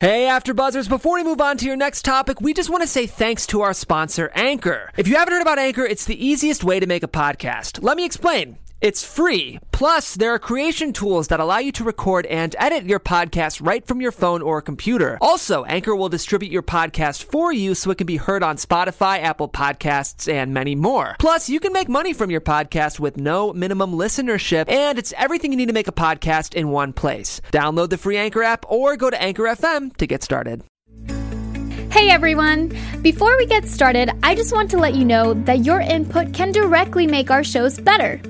Hey, After Buzzers, before we move on to your next topic, we just want to say thanks to our sponsor, Anchor. If you haven't heard about Anchor, it's the easiest way to make a podcast. Let me explain. It's free. Plus, there are creation tools that allow you to record and edit your podcast right from your phone or computer. Also, Anchor will distribute your podcast for you so it can be heard on Spotify, Apple Podcasts, and many more. Plus, you can make money from your podcast with no minimum listenership, and it's everything you need to make a podcast in one place. Download the free Anchor app or go to Anchor FM to get started. Hey everyone! Before we get started, I just want to let you know that your input can directly make our shows better.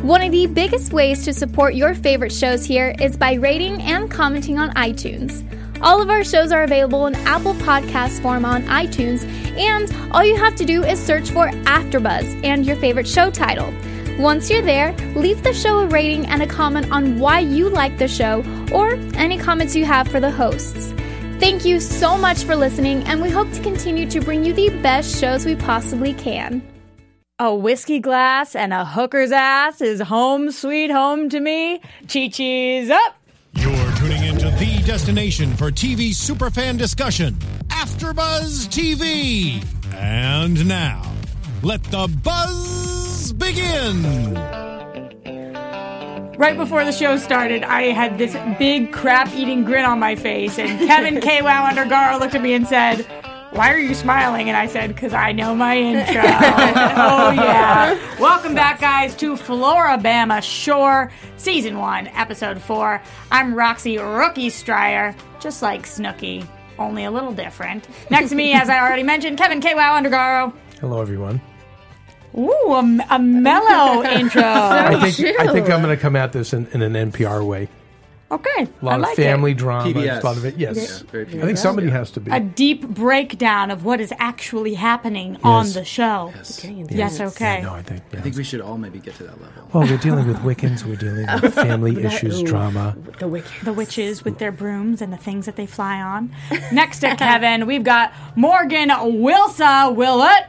One of the biggest ways to support your favorite shows here is by rating and commenting on iTunes. All of our shows are available in Apple Podcast form on iTunes, and all you have to do is search for AfterBuzz and your favorite show title. Once you're there, leave the show a rating and a comment on why you like the show or any comments you have for the hosts. Thank you so much for listening, and we hope to continue to bring you the best shows we possibly can. A whiskey glass and a hooker's ass is home sweet home to me. Chi Chi's up. You're tuning into the destination for TV superfan discussion, AfterBuzz TV. And now, let the buzz begin. Right before the show started, I had this big crap eating grin on my face, and Kevin K. Wow Undergaro looked at me and said, why are you smiling? And I said, because I know my intro. oh, yeah. Welcome back, guys, to Florabama Shore, Season 1, Episode 4. I'm Roxy Rookie Stryer, just like Snooky, only a little different. Next to me, as I already mentioned, Kevin K. Wow Undergaro. Hello, everyone. Ooh, a, m- a mellow intro. I think I think I'm going to come at this in, in an NPR way. Okay. A lot I like of family It. drama, PBS. a lot of it. Yes, very I think PBS. somebody has to be. A deep breakdown of what is actually happening on Yes. the show. Yes, okay. no, I think. yeah. I think we should all maybe get to that level. well, we're dealing with Wiccans. We're dealing with family issues, drama. The wicked. the witches with their brooms and the things that they fly on. Next to Kevin, we've got Morgan Wilsa Willett.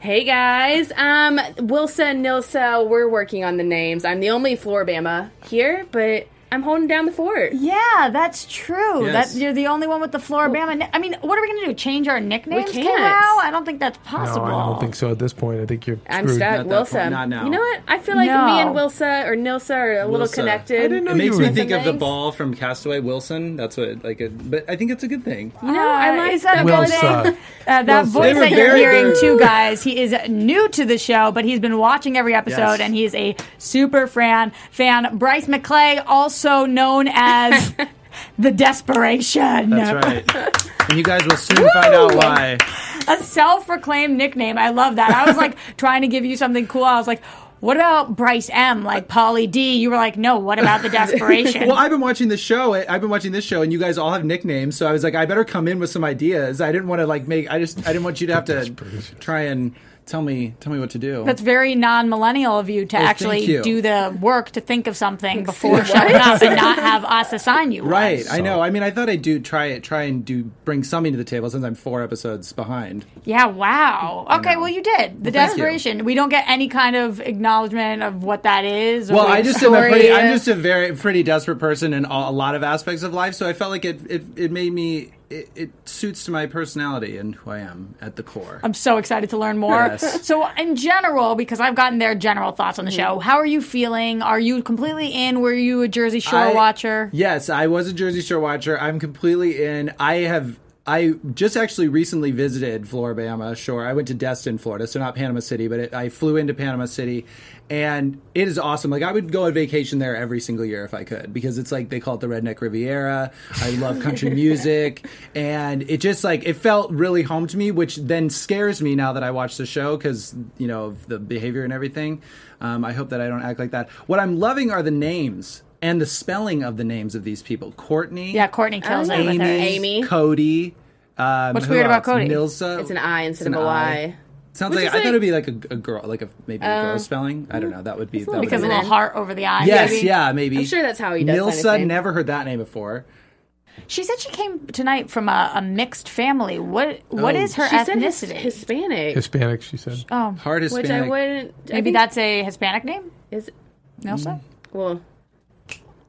Hey guys, um, Wilson, Nilsa, we're working on the names. I'm the only Floribama here, but I'm holding down the fort. Yeah, that's true. Yes. That you're the only one with the Floribama. ni- I mean, what are we going to do? Change our nicknames? We can't. Wow, I don't think that's possible. No, I don't think so. At this point, I think you're. I'm screwed. stuck. Not that Wilson. far- not now. You know what? I feel like me and No. Wilsa or Nilsa are a little Wilsa. connected. uh, I didn't know it makes you me were- think of the Something. ball from Castaway Wilson. That's what like, it, but I think it's a good thing. You know, I like is that a the good Wilsa. thing? Uh, that Wilsa. voice They were that you're very, hearing very- too, guys. He is new to the show, but he's been watching every episode, Yes. and he is a super fan. Fan Bryce McClay, also known as the Desperation. That's right. and you guys will soon find out why. a self-proclaimed nickname. I love that. I was like trying to give you something cool. I was like, what about Bryce M? Like Polly D? You were like, no. What about the desperation? Well, I've been watching the show. I- I've been watching this show, and you guys all have nicknames. So I was like, I better come in with some ideas. I didn't want to like make. I just. I didn't want you to have to try and tell me tell me what to do. That's very non-millennial of you to thank actually you. do the work to think of something before showing up and not have us assign you. one. right. I know. I mean, I thought I'd do try it. Try and do bring something to the table since I'm four episodes behind. Yeah. Wow. Okay. Well, you did the thank you. desperation. We don't get any kind of acknowledgement of what that is. or Well, what I it's just am a pretty, story I'm is. just a very pretty desperate person in all, a lot of aspects of life. So I felt like it it, it made me it, it suits to my personality and who I am at the core. I'm so excited to learn more. Yes. Mm-hmm. So, in general, because I've gotten their general thoughts on the show, how are you feeling? Are you completely in? Were you a Jersey Shore I- watcher? Yes, I was a Jersey Shore watcher. I'm completely in. I have. I just actually recently visited Floribama Shore. I went to Destin, Florida, so not Panama City, but it, I flew into Panama City, and it is awesome. Like I would go on vacation there every single year if I could, because it's like they call it the Redneck Riviera. I love country music, and it just like it felt really home to me, which then scares me now that I watch the show because you know of the behavior and everything. Um, I hope that I don't act like that. What I'm loving are the names and the spelling of the names of these people. Courtney. Yeah, Courtney kills it with Amy. her. Amy. Cody. Um, What's who weird about else? Cody? Nilsa. It's an I instead an of a Y. I. Sounds Which like, is I thought like- Um, it'd be like a, a girl, like a maybe a girl spelling. I don't know. That would be that would Because be of a little Feminine. heart over the eye. Yes, maybe. yeah, maybe. I'm sure that's how he does that, I Nilsa think. never heard that name before. She said she came tonight from a, a mixed family. What What Oh. is her She said his- ethnicity? Hispanic, Hispanic, she said. Oh. Hard Hispanic. which I wouldn't. I maybe think that's a Hispanic name. is Nelson. well.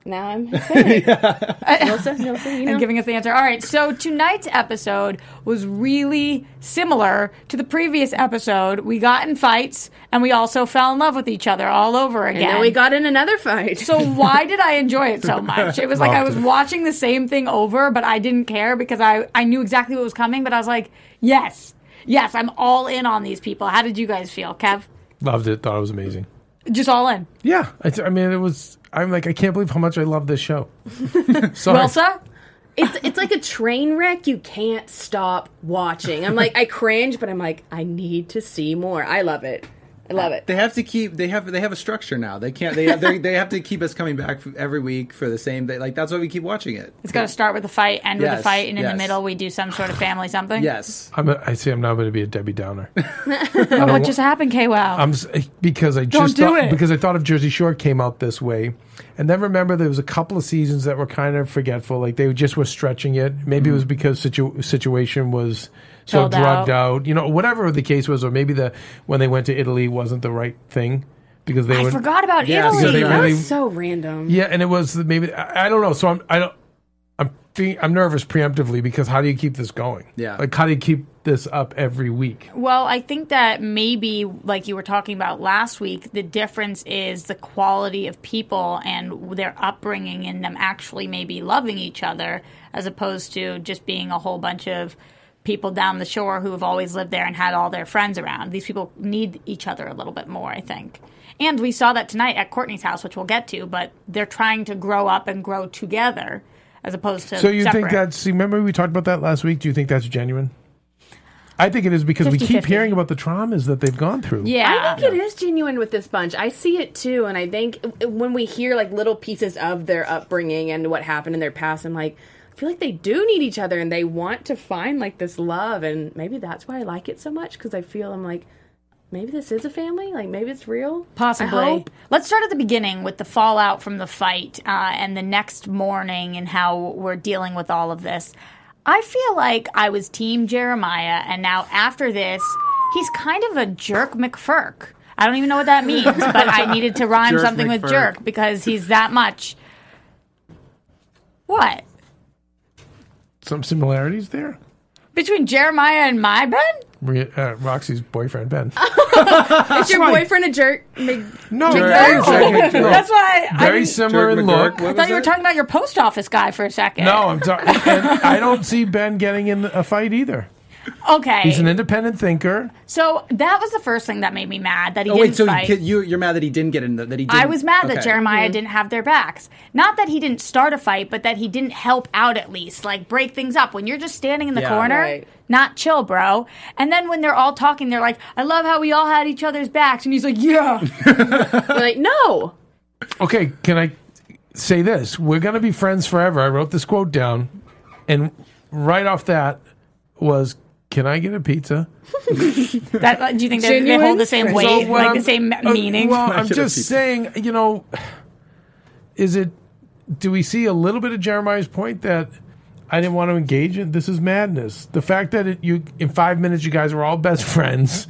Now I'm Hispanic. Nilsa, Nilsa, you know. and giving us the answer. All right, so tonight's episode was really similar to the previous episode. We got in fights, and we also fell in love with each other all over again. and then we got in another fight. so why did I enjoy it so much? It was like I was watching the same thing over, but I didn't care because I, I knew exactly what was coming, but I was like, yes, yes, I'm all in on these people. How did you guys feel, Kev? Loved it. Thought it was amazing. Just all in. Yeah. I, I mean, it was. I'm like, I can't believe how much I love this show. Sorry. Wilsa? it's it's like a train wreck you can't stop watching. I'm like I cringe, but I'm like I need to see more. I love it. I love it. They have to keep. They have. They have a structure now. They can't. They they they have to keep us coming back every week for the same. They, like that's why we keep watching it. It's got to start with a fight, end with a Yes, fight, and in the yes. middle we do some sort of family something. Yes. I'm a, I see. I'm now going to be a Debbie Downer. But what just happened, K Wow? I'm s- eh, because I just do thought, it. because I thought if Jersey Shore came out this way, and then remember there was a couple of seasons that were kind of forgetful, like they just were stretching it. Maybe Mm-hmm. it was because situ- situation was so Filled drugged out. out. you know, whatever the case was, or maybe the when they went to Italy wasn't the right thing because they I were forgot about Yeah, Italy. because they That really was so random. yeah, and it was maybe I, I don't know. So I'm I don't I'm being, I'm nervous preemptively because how do you keep this going? Yeah. like how do you keep this up every week? Well, I think that maybe, like you were talking about last week, the difference is the quality of people and their upbringing and them actually maybe loving each other as opposed to just being a whole bunch of people down the shore who have always lived there and had all their friends around. These people need each other a little bit more, I think. And we saw that tonight at Courtney's house, which we'll get to, but they're trying to grow up and grow together as opposed to So you think separate. that's? Remember we talked about that last week. Do you think that's genuine? I think it is because we keep 50-50. hearing about the traumas that they've gone through. yeah. I think it is genuine with this bunch. I see it too, and I think when we hear like little pieces of their upbringing and what happened in their past, I'm like, I feel like they do need each other and they want to find like this love, and maybe that's why I like it so much because I feel I'm like, maybe this is a family, like maybe it's real, I Possibly. hope. Let's start at the beginning with the fallout from the fight uh, and the next morning and how we're dealing with all of this. I feel like I was Team Jeremiah, and now after this, he's kind of a jerk McFurk. I don't even know what that means, but I needed to rhyme Jerk something with McFurk. jerk because he's that much. What? Some similarities there. Between Jeremiah and my Ben? Re- uh, Roxy's boyfriend Ben. Is your boyfriend a jerk? Mig- No, exactly. no. That's why I, very didn't- similar Jared in McGurk, look. what I was thought you were it? talking about your post office guy for a second. No, I'm sorry. And I don't see Ben getting in a fight either. Okay. He's an independent thinker. So that was the first thing that made me mad that he Oh didn't wait, so fight. you, you you're mad that he didn't get in the, that he. Didn't, I was mad that okay. Jeremiah didn't have their backs. Not that he didn't start a fight, but that he didn't help out at least, like break things up. When you're just standing in the Yeah, corner, right. not chill, bro. And then when they're all talking, they're like, "I love how we all had each other's backs," and he's like, "Yeah." You're like, no. Okay, can I say this? We're going to be friends forever. I wrote this quote down, and right off that was, "Can I get a pizza?" that, uh, do you think they, they Genuine hold the same friendship. weight, So what like I'm- the same uh, meaning? Well, I'm get a just pizza. saying, you know, is it? Do we see a little bit of Jeremiah's point that I didn't want to engage in? This is madness. The fact that it, you in five minutes you guys were all best friends,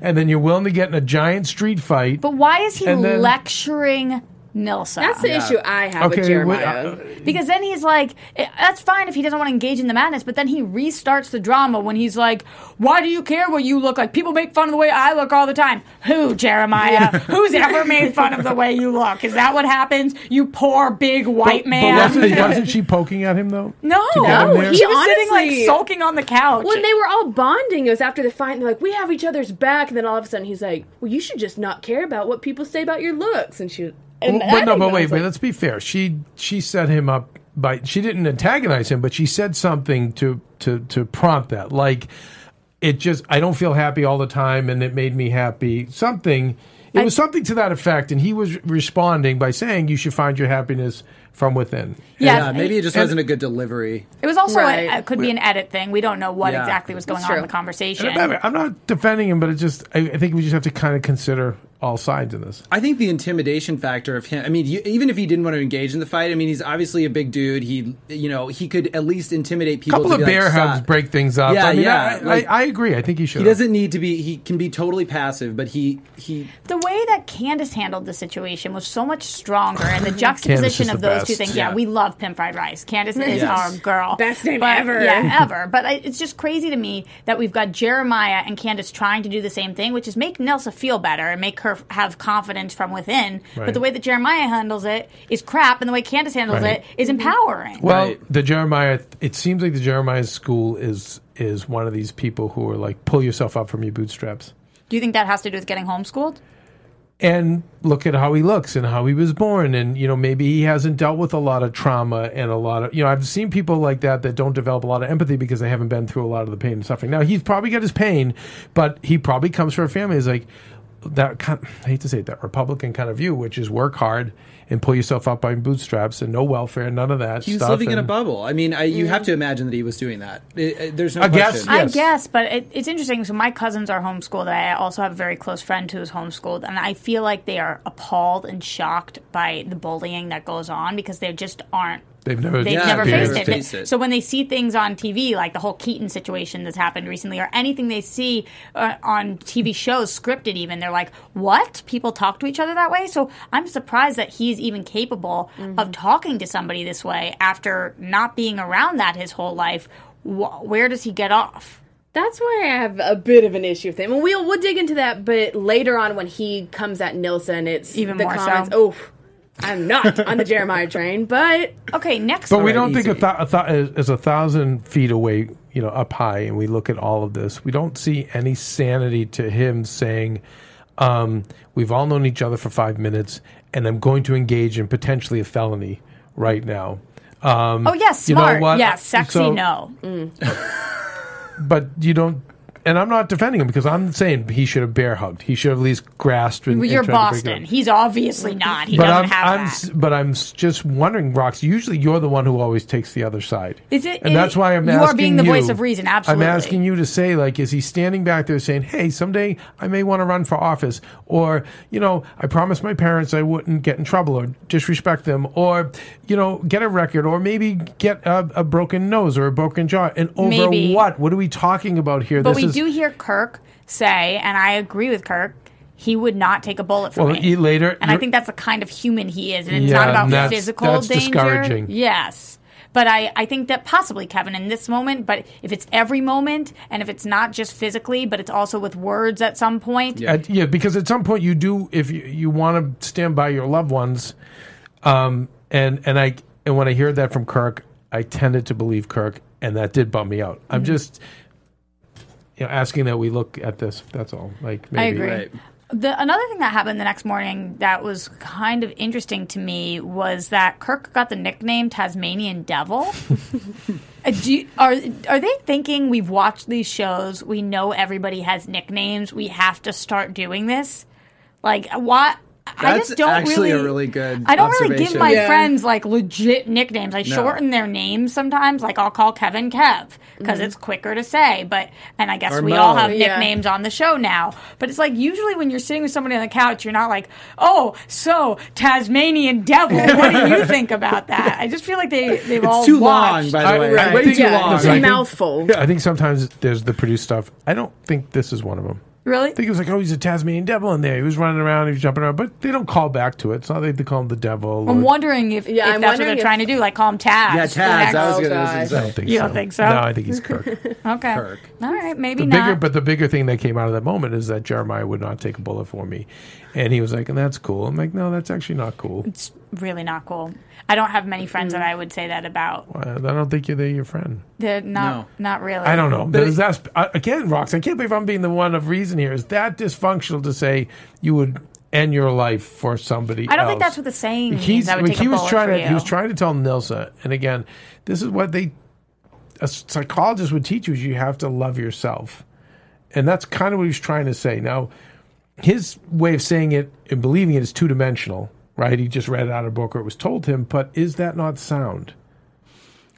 and then you're willing to get in a giant street fight. but why is he And then- lecturing Nilsa? That's the issue I have with Okay, wait, Jeremiah. uh, Because then he's like, eh, that's fine if he doesn't want to engage in the madness, but then he restarts the drama when he's like, why do you care what you look like? People make fun of the way I look all the time. Who, Jeremiah? Who's ever made fun of the way you look? Is that what happens? You poor big white man. But wasn't, wasn't she poking at him though? no, To get him No, there? he she was sitting like honestly- sulking on the couch. When they were all bonding, it was after the fight. And they're like, "We have each other's back." And then all of a sudden, he's like, "Well, you should just not care about what people say about your looks." And she, and Well, I Oh, but no, think but that wait, was wait. like- Let's be fair. She she set him up by she didn't antagonize him, but she said something to to to prompt that. Like it just I don't feel happy all the time, and it made me happy. Something it was something to that effect, and he was responding by saying, "You should find your happiness from within." Yes, Yeah, maybe it just And- wasn't a good delivery. it was also, Right. a, it could be an edit thing. We don't know what Yeah. exactly was going That's on in true. the conversation. And I'm not- I'm not defending him, but it just I, I think we just have to kind of consider all sides in this. I think the intimidation factor of him. I mean, you, even if he didn't want to engage in the fight, I mean, he's obviously a big dude. He, you know, he could at least intimidate A people. couple to of be bear like, hugs "Stop." break things up. Yeah, I mean, yeah, I, I, like- I agree. I think he should. He doesn't need to be. He can be totally passive, but he he the way that Candace handled the situation was so much stronger, and the is juxtaposition the of those those two best. things. Yeah, Yeah. we love Pimp Fried Rice. Candace is our girl. Best name But- ever. Yeah, ever. But I, it's just crazy to me that we've got Jeremiah and Candace trying to do the same thing, which is make Nelsa feel better and make her have confidence from within. Right. But the way that Jeremiah handles it is crap, and the way Candace handles Right. it is empowering. Well, Right. the Jeremiah. It seems like the Jeremiah school is is one of these people who are like pull yourself up from your bootstraps do you think that has to do with getting homeschooled? and look at how he looks and how he was born and you know maybe he hasn't dealt with a lot of trauma and a lot of you know I've seen people like that that don't develop a lot of empathy because they haven't been through a lot of the pain and suffering. Now he's probably got his pain, but he probably comes from a family is like that kind I hate to say it, that Republican kind of view, which is work hard and pull yourself up by bootstraps and no welfare, none of that. He was stuff, living in a and- bubble. I mean, I, you have to imagine that he was doing that. It- it- there's no I guess, question. yeah. I Yes. guess, but it, it's interesting. So my cousins are homeschooled. and I also have a very close friend who is homeschooled, and I feel like they are appalled and shocked by the bullying that goes on because they just aren't. They've never They've Yeah, never they've faced never it. faced it. So when they see things on TV, like the whole Keaton situation that's happened recently, or anything they see uh, on TV shows, scripted even, they're like, "What? People talk to each other that way?" So I'm surprised that he's even capable of talking to somebody this way after not being around that his whole life. Wh- where does he get off? That's why I have a bit of an issue with him. And we'll we'll dig into that, but later on when he comes at Nilsson, it's Even the more so. comments. Oh, I'm not on the Jeremiah train, but Okay, next. But we story. don't think a, easy. th- a th- as, as a thousand feet away, you know, up high, and we look at all of this. We don't see any sanity to him saying, um, "We've all known each other for five minutes, and I'm going to engage in potentially a felony right now." Um, Oh yes, You know smart. what? Yes, sexy. So- no. but you don't. And I'm not defending him because I'm saying he should have bear hugged. He should have at least grasped. And, and You're tried to break it Boston. up. He's obviously not. He But doesn't I'm, have I'm, that. s- but I'm s- just wondering, Rox. Usually, you're the one who always takes the other side. Is it- And it- that's why I'm you asking are being the voice you- of reason, absolutely. I'm asking you to say, like, is he standing back there saying, "Hey, someday I may want to run for office," or you know, I promised my parents I wouldn't get in trouble or disrespect them, or you know, get a record, or maybe get a, a broken nose or a broken jaw, and over Maybe. what? What are we talking about here? but This we is- do hear Kirk say, and I agree with Kirk. He would not take a bullet for Well, me. he later- and I you're- think that's the kind of human he is, and it's Yeah, not about and that's- physical that's danger. discouraging. Yes, but I, I think that possibly Kevin in this moment, but if it's every moment, and if it's not just physically, but it's also with words at some point, At- yeah, because at some point you do, if you, you want to stand by your loved ones, um, and and I and when I heard that from Kirk, I tended to believe Kirk, and that did bum me out. I'm Mm-hmm. just, you know, asking that we look at this. That's all. Like maybe. agree. Right. The another thing that happened the next morning that was kind of interesting to me was that Kirk got the nickname Tasmanian Devil. Uh, Do you- are are they thinking we've watched these shows? We know everybody has nicknames. We have to start doing this. Like what? I That's just don't actually a really, really good I don't really give observation. my Yeah. friends like legit nicknames. I shorten their names sometimes. Like I'll call Kevin Kev because it's quicker to say. But and I guess Or we all Mo. have Yeah. nicknames on the show now. But it's like usually when you're sitting with somebody on the couch, you're not like, oh, so Tasmanian devil. What do you think about that? I just feel like they they've all It's too long, watched. by the way. I, Way think- too Yeah, long. it's I a think- mouthful. I think sometimes there's the produced stuff. I don't think this is one of them. really? I think it was like, oh, he's a Tasmanian devil in there. He was running around, he was jumping around, but they don't call back to it. It's not like they call him the devil. I'm or- wondering if, Yeah, if I'm that's what wondering they're if- trying to do, like call him Taz. Yeah, for the next- Taz. I was Oh, going gosh. I don't to think You so. don't think so? No, I think he's Kirk. Okay. Kirk. All right, maybe the not. bigger but the bigger thing that came out of that moment is that jeremiah would not take a bullet for me and he was like and that's cool i'm like no that's actually not cool it's really not cool. I don't have many friends that I would say that about. Uh, i don't think you're they're your friend They're not not really. i don't know There's that's uh, again rox i can't believe i'm being the one of reason here is that dysfunctional to say you would end your life for somebody I don't think else? that's what the saying means. He's- I would like, take he a was bullet trying for to he was you. trying to tell Nilsa, and again, this is what they a psychologist would teach you is you have to love yourself, and that's kind of what he was trying to say. Now, his way of saying it and believing it is two dimensional, right? He just read it out of a book or it was told to him, but is that not sound?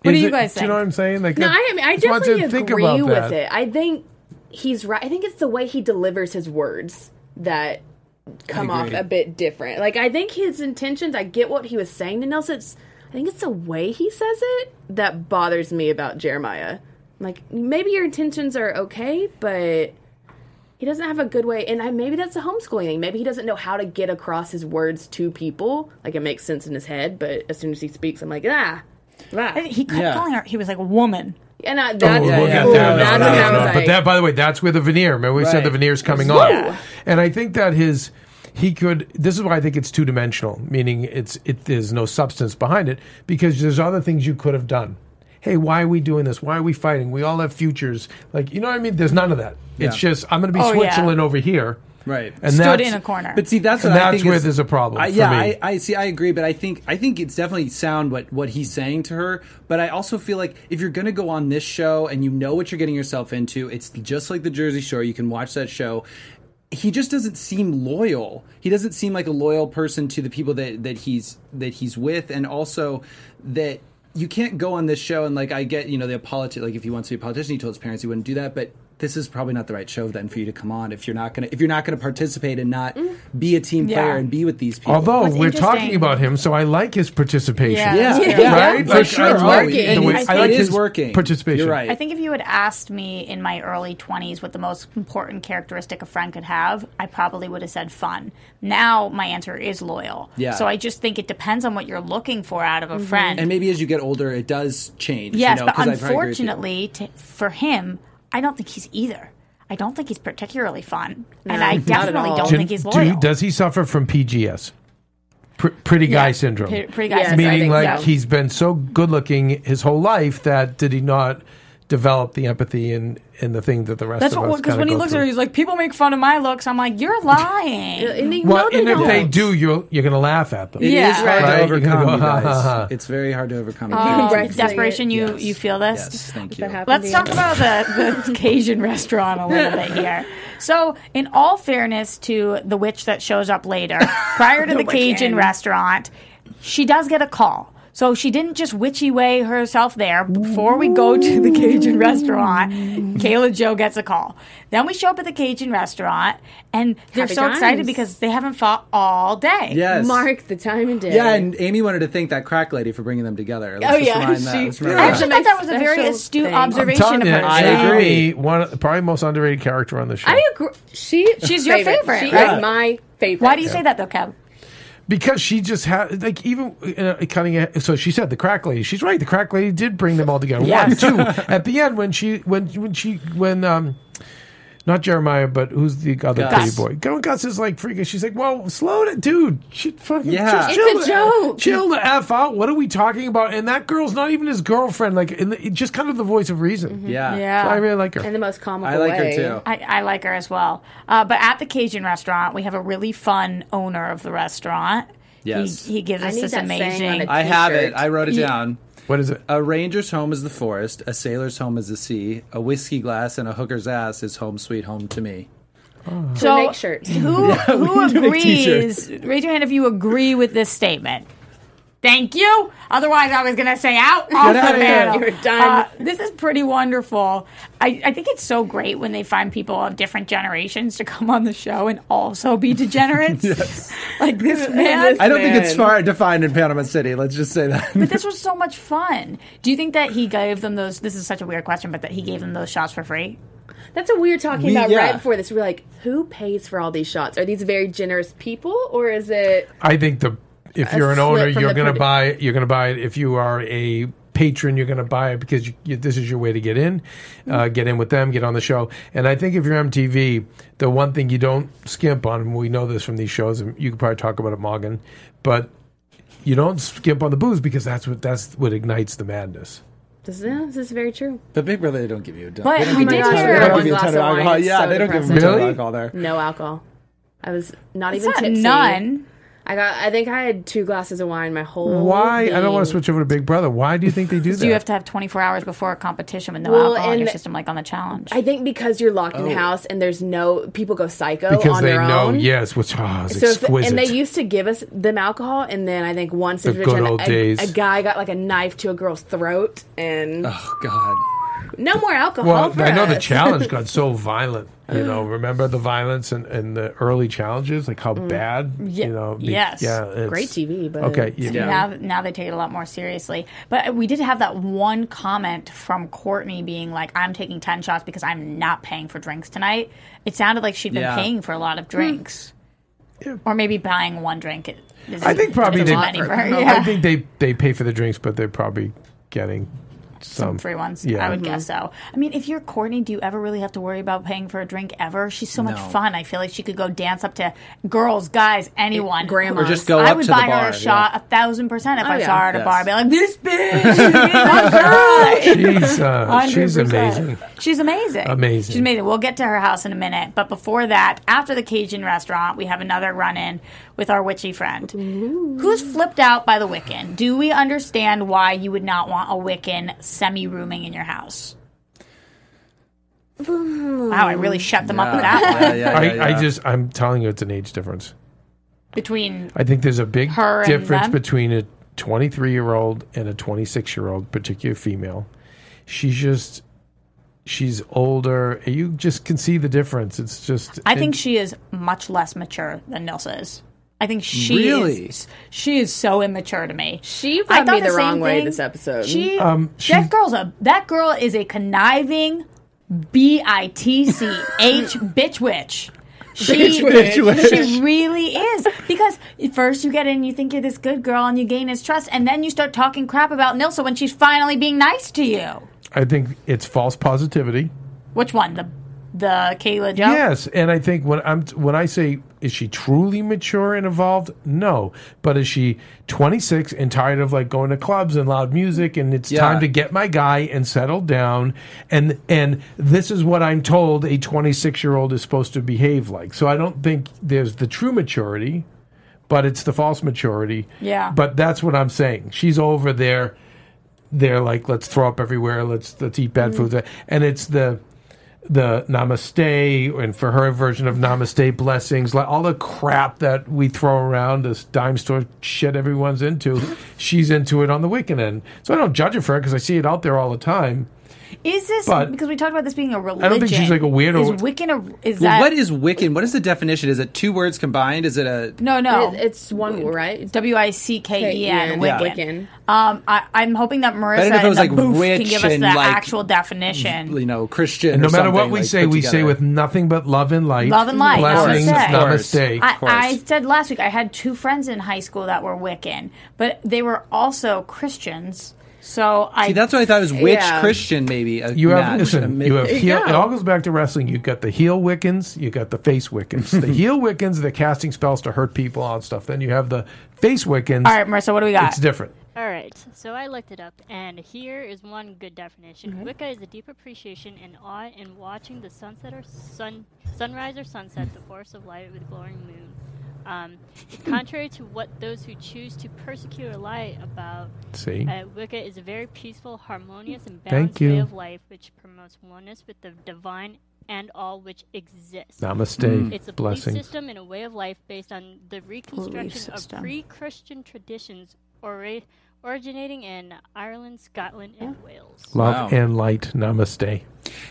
What do you guys Do you know think? what I'm saying? Like, No, that- I, I mean, I just want definitely to think agree about with that. it. I think he's right. I think it's the way he delivers his words that come off agree. a bit different. Like I think his intentions. I get what he was saying to Nelson. It's, I think it's the way he says it that bothers me about Jeremiah. I'm Like maybe your intentions are okay, but he doesn't have a good way, and I, maybe that's a homeschooling thing. Maybe he doesn't know how to get across his words to people. Like it makes sense in his head, but as soon as he speaks, I'm like, ah, ah. He kept Yeah. calling her. He was like a woman. and I, that's, Oh, we'll get ooh, there. No, that's no, when I no, was no. like, but that, by the way, that's where the veneer. Remember, we said the Right. veneer's coming Yeah. off, and I think that his he could. This is why I think it's two dimensional, meaning it's it there's no substance behind it because there's other things you could have done. Hey, why are we doing this? Why are we fighting? We all have futures. Like you know what I mean? There's none of that. It's Yeah. just I'm going to be Oh, yeah. Switzerland over here, Right. And Stood that's- in a corner. But see, that's And what I that's think where is- there's a problem I, for yeah, me. I, I see. I agree, but I think I think it's definitely sound what what he's saying to her. But I also feel like if you're going to go on this show and you know what you're getting yourself into, it's just like the Jersey Shore. You can watch that show. He just doesn't seem loyal. He doesn't seem like a loyal person to the people that that he's that he's with, and also that. You can't go on this show and like I get you know the apology like if he wants to be a politician he told his parents he wouldn't do that but this is probably not the right show then for you to come on if you're not gonna if you're not gonna participate and not be a team Yeah. player and be with these people. Although What's we're talking interesting- about him, so I like his participation. Yeah. Yeah, Yeah. yeah, Right? for Like, sure. it's Oh, working. and the way- it's- I like it is his working. participation. You're right. I I I think if you had asked me in my early 20s what the most important characteristic a friend could have, I probably would have said fun. Now my answer is loyal. Yeah. So I just think it depends on what you're looking for out of Mm-hmm. a friend. and maybe as you get older, it does change. yes, you know, but 'cause I probably agree with you. unfortunately t- for him, I don't think he's either. I don't think he's particularly fun, and I definitely all. don't Do- think he's do- loyal. does he suffer from PGS? Pr- pretty guy syndrome. Pre- pretty Yes, guys. I Meaning, think like so. he's been so good looking his whole life that did he not develop the empathy and, and the thing that the rest That's of what us because kinda when he go looks at her, through. he's like, "People make fun of my looks." I'm like, "You're lying." and they, well, no, they and if don't. they do, you're you're gonna laugh at them. It is Yeah. hard Right? to You're gonna overcome. go, you "Ha, ha, ha." guys. It's very hard to overcome. Um, Wrestling desperation, it. you Yes. you feel this? yes, thank you. That happened Let's to talk you. about the, the Cajun restaurant a little bit here. So, in all fairness to the witch that shows up later, prior to the Cajun restaurant, she does get a call. So she didn't just witchy way herself there. Before we go to the Cajun restaurant, Kayla Joe gets a call. Then we show up at the Cajun restaurant, and they're Happy so excited times. because they haven't fought all day. Yes. Mark the time and day. Yeah, and Amy wanted to thank that crack lady for bringing them together. Let's Oh, just yeah, remind that. she- Let's remember I that. actually thought that was a very Special astute thing. Telling observation of you, hers. I Amy, agree. one of- probably most underrated character on the show. I agree. She, She's your favorite, She right? is my favorite. Why do you say that though, Kev? because she just had like even uh, cutting it. So she said the crack lady. She's right. The crack lady did bring them all together. Yes. One, two. At the end, when she when when she when um. Not Jeremiah, but who's the other Gus. pretty boy? Gus. Gus is like freaking. She's like, "Well, slow it, dude. She fucking Yeah. just It's chill a the- joke. Chill the f out. What are we talking about?" And that girl's not even his girlfriend. Like, in the, just kind of the voice of reason. Mm-hmm. Yeah. So I really like her. In the most comical I like way. her too. I, I like her as well. Uh, but at the Cajun restaurant, we have a really fun owner of the restaurant. Yes. He, he gives I us need this that saying on amazing. a- I have it. T-shirt. I wrote it down. what is it? A ranger's home is the forest. A sailor's home is the sea. A whiskey glass and a hooker's ass is home sweet home to me. so make shirts. Who, who do make agrees? Raise your hand if you agree with this statement. Thank you. Otherwise, I was going to say out off the outta here. panel. You're done. Uh, this is pretty wonderful. I, I think it's so great when they find people of different generations to come on the show and also be degenerates. Like this man. this I don't think Man. it's far defined in Panama City. Let's just say that. But this was so much fun. Do you think that he gave them those? This is such a weird question, but that he gave them those shots for free? That's what we were talking We- about yeah. right before this. We We're like, who pays for all these shots? Are these very generous people, or is it? I think the if A you're an slip owner, from you're the going to produ- buy it. You're going to buy it. If you are a patron, you're going to buy it because you, you, this is your way to get in, Mm-hmm. uh, get in with them, get on the show. And I think if you're MTV, the one thing you don't skimp on, and we know this from these shows, and you could probably talk about it, Morgan, but you don't skimp on the booze because that's what that's what ignites the madness. This is, yeah, this is very true. But Big Brother, they don't give you a ton. But they don't we give you did a ton of- hear they don't one give you a glass of ton of wine. alcohol. It's Yeah, so they don't give you a depressing. ton of Really? alcohol there. No alcohol. I was not It's even not tipsy. none. I got. I think I had two glasses of wine my whole. Why? I don't want to being. switch over to Big Brother. Why do you think they do that? Do you have to have 24 hours before a competition with no Well, alcohol in your and- system, like on the challenge? I think because you're locked in the Oh. house and there's no people go psycho because on they their know, own. yes, which oh, it's So if, exquisite. and they used to give us them alcohol, and then I think once The good old a, days. Uh, a guy got like a knife to a girl's throat, and Oh God. No more alcohol Well, for I know us. the challenge got so violent. You know, remember the violence and, and the early challenges, like how bad. You know, be- Mm. Yes. yeah, it's- Great TV, but Okay, you- Yeah. Now, now they take it a lot more seriously. But we did have that one comment from Courtney being like, "I'm taking ten shots because I'm not paying for drinks tonight." It sounded like she'd been Yeah. paying for a lot of Hmm. drinks, or maybe buying one drink. At, I think probably they. the money for her. no, yeah. I think they they pay for the drinks, but they're probably getting some, some free ones. yeah. I Mm-hmm. would guess so. I mean, if you're Courtney, do you ever really have to worry about paying for a drink ever? She's so much No. fun. I feel like she could go dance up to girls, guys, anyone, grandmas. Or just go I up would to the buy her bar, a shot yeah. a thousand percent if Oh, I yeah. saw her at a Yes. bar. I'd be like, this bitch, she's that girl. She's uh, she's 100%. amazing. She's amazing. Amazing. She's amazing. We'll get to her house in a minute. But before that, after the Cajun restaurant, we have another run in with our witchy friend. Who's flipped out by the Wiccan? Do we understand why you would not want a Wiccan semi rooming in your house? wow, I really shut them up with that one. Yeah, yeah, I, yeah, yeah. I just I'm telling you, it's an age difference. Between I think there's a big Her and difference them? between a 23 year old and a 26 year old, particular female. She's just she's older. You just can see the difference. It's just I think it- she is much less mature than Nilsa is. I think she Really? is. She is so immature to me. She I rubbed thought me the, same wrong way thing. this episode. She, she- that girl's a that girl is a conniving, b i t c h bitch witch. She, she really is because at first you get in, you think you're this good girl, and you gain his trust, and then you start talking crap about Nilsa when she's finally being nice to you. I think it's false positivity. Which one? The the Kayla Joe? Yes, and I think when I'm when I say is she truly mature and evolved? No, but is she 26 and tired of like going to clubs and loud music and it's Yeah. time to get my guy and settle down and and this is what I'm told a 26 year old is supposed to behave like. So I don't think there's the true maturity, but it's the false maturity. Yeah. But that's what I'm saying. She's over there. They're like, let's throw up everywhere. Let's let's eat bad Mm-hmm. food, and it's the the namaste and for her version of namaste blessings like all the crap that we throw around this dime store shit everyone's into she's into it on the weekend end so i don't judge her for it because i see it out there all the time Is this But- because we talked about this being a religion? think she's like a weirdo. Is Wiccan a is Well, that what is Wiccan? What is the definition? Is it two words combined? Is it a no no It- it's one right. W I C K E N Yeah. Wiccan. Wiccan. Um, I, I'm hoping that Marissa if it and was, the like, booth can rich give us the and, like, actual definition. you know Christian? no or matter what something, we like, say put we say together? with nothing but love and light Love and light, blessings namaste. namaste I, course. I said last week I had two friends in high school that were Wiccan, but they were also Christians. So I See, that's what I thought it was witch Yeah. Christian maybe. A you have match, a listen. mi- You have heel, go. it all goes back to wrestling. You got the heel Wiccans, you got the face Wiccans. the heel Wiccans, they're casting spells to hurt people on stuff. Then you have the face Wiccans. all right, Marissa. What do we got? it's different. All right, so I looked it up, and here is one good definition. Wicca is a deep appreciation and awe in watching the sunset or sun sunrise or sunset, the forest of light with glowing moon. Um, it's contrary to what those who choose to persecute or lie about. See, Uh, Wicca is a very peaceful, harmonious, and Thank balanced way you. of life, which promotes oneness with the divine and all which exists. namaste, It's a belief blessings. system and a way of life based on the reconstruction of system. pre-Christian traditions ori- originating in Ireland, Scotland, and Wales. Love Wow. and light, namaste.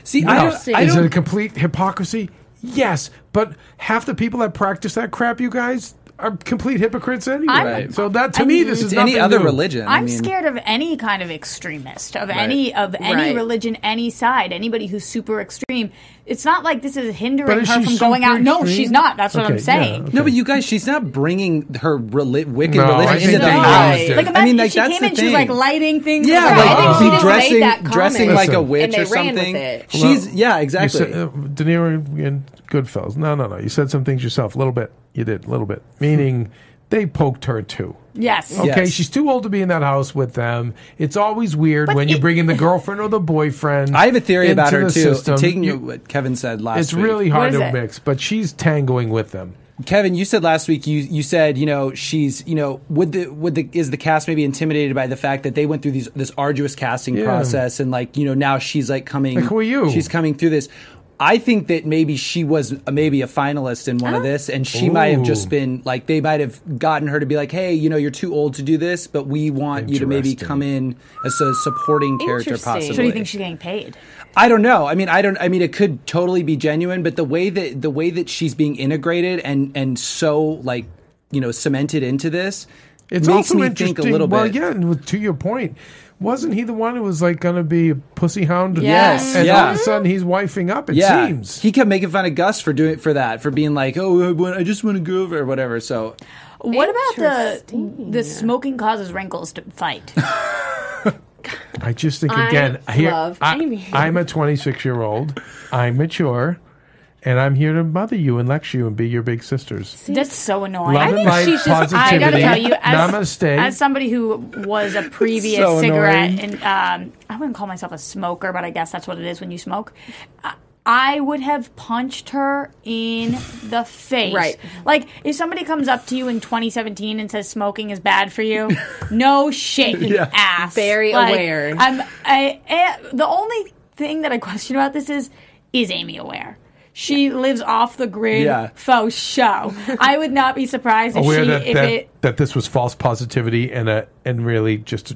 See, I don't. I is don't it a complete hypocrisy? Yes, but half the people that practice that crap, you guys, are complete hypocrites anyway. I'm- so that to I me, mean, this is it's any nothing other new. religion. I I'm mean, scared of any kind of extremist, of any of any Right. religion, any side, anybody who's super extreme. It's not like this is hindering But is her she from going out. super No, extreme? she's not. That's what Okay, I'm saying. yeah, okay. No, but you guys, she's not bringing her reli- Wiccan No, I religion think into the they house. always do. Like I imagine mean, like, if she that's came the in, she was like thing. lighting things. Yeah, around. Right, like I think be she just made dressing that comment. dressing like a Listen. witch And they or ran with something. it. She's yeah, You exactly. said, uh, De Niro and Goodfellas. No, no, no. You said some things yourself. A little bit. You did a little bit. Meaning, they poked her too. yes. Yeah. Okay, Yes. she's too old to be in that house with them. It's always weird But when you it- bring in the girlfriend or the boyfriend. I have a theory about into her the too. system. Taking You- what Kevin said last it's week. really hard is to it? mix, but she's tangoing with them. Kevin, you said last week you you said you know she's you know would the would the is the cast maybe intimidated by the fact that they went through these this arduous casting Yeah. process and like you know now she's like coming Like, who are you? she's coming through this. I think that maybe she was a- maybe a finalist in one of this, and she might have just Ooh. been like they might have gotten her to be like, "Hey, you know, you're too old to do this, but we want you to maybe Interesting. come in as a supporting character, Interesting. possibly." So do you think she's getting paid? I don't know. I mean, I don't. I mean, it could totally be genuine, but the way that the way that she's being integrated and and so like you know cemented into this, It's makes also me interesting. think a little well, bit. yeah, and with- to your point, wasn't he the one who was like going to be a pussy hound? Yes, and all yeah. of a sudden he's wifing up. It Yeah, seems. he kept making fun of Gus for doing for that, for being like, "Oh, I, want, I just want to go over or whatever." So What about the the smoking causes wrinkles to fight? I just think I again. here, love I, Amy. I'm a 26 year old. I'm mature, and I'm here to mother you and lecture you and be your big sisters. That's so annoying. Love I and think light, she's just- positivity. I gotta tell you, as, Namaste. as somebody who was a previous So cigarette, annoying. and um, I wouldn't call myself a smoker, but I guess that's what it is when you smoke. I, I would have punched her in the face. Right. Like, if somebody comes up to you in 2017 and says smoking is bad for you, no shit, you ass. Very Like, aware. I'm, I, eh, the only thing that I question about this is is Amy aware? She lives off the grid Yeah. faux show. I would not be surprised if aware she that if that, it that this was false positivity and a and really just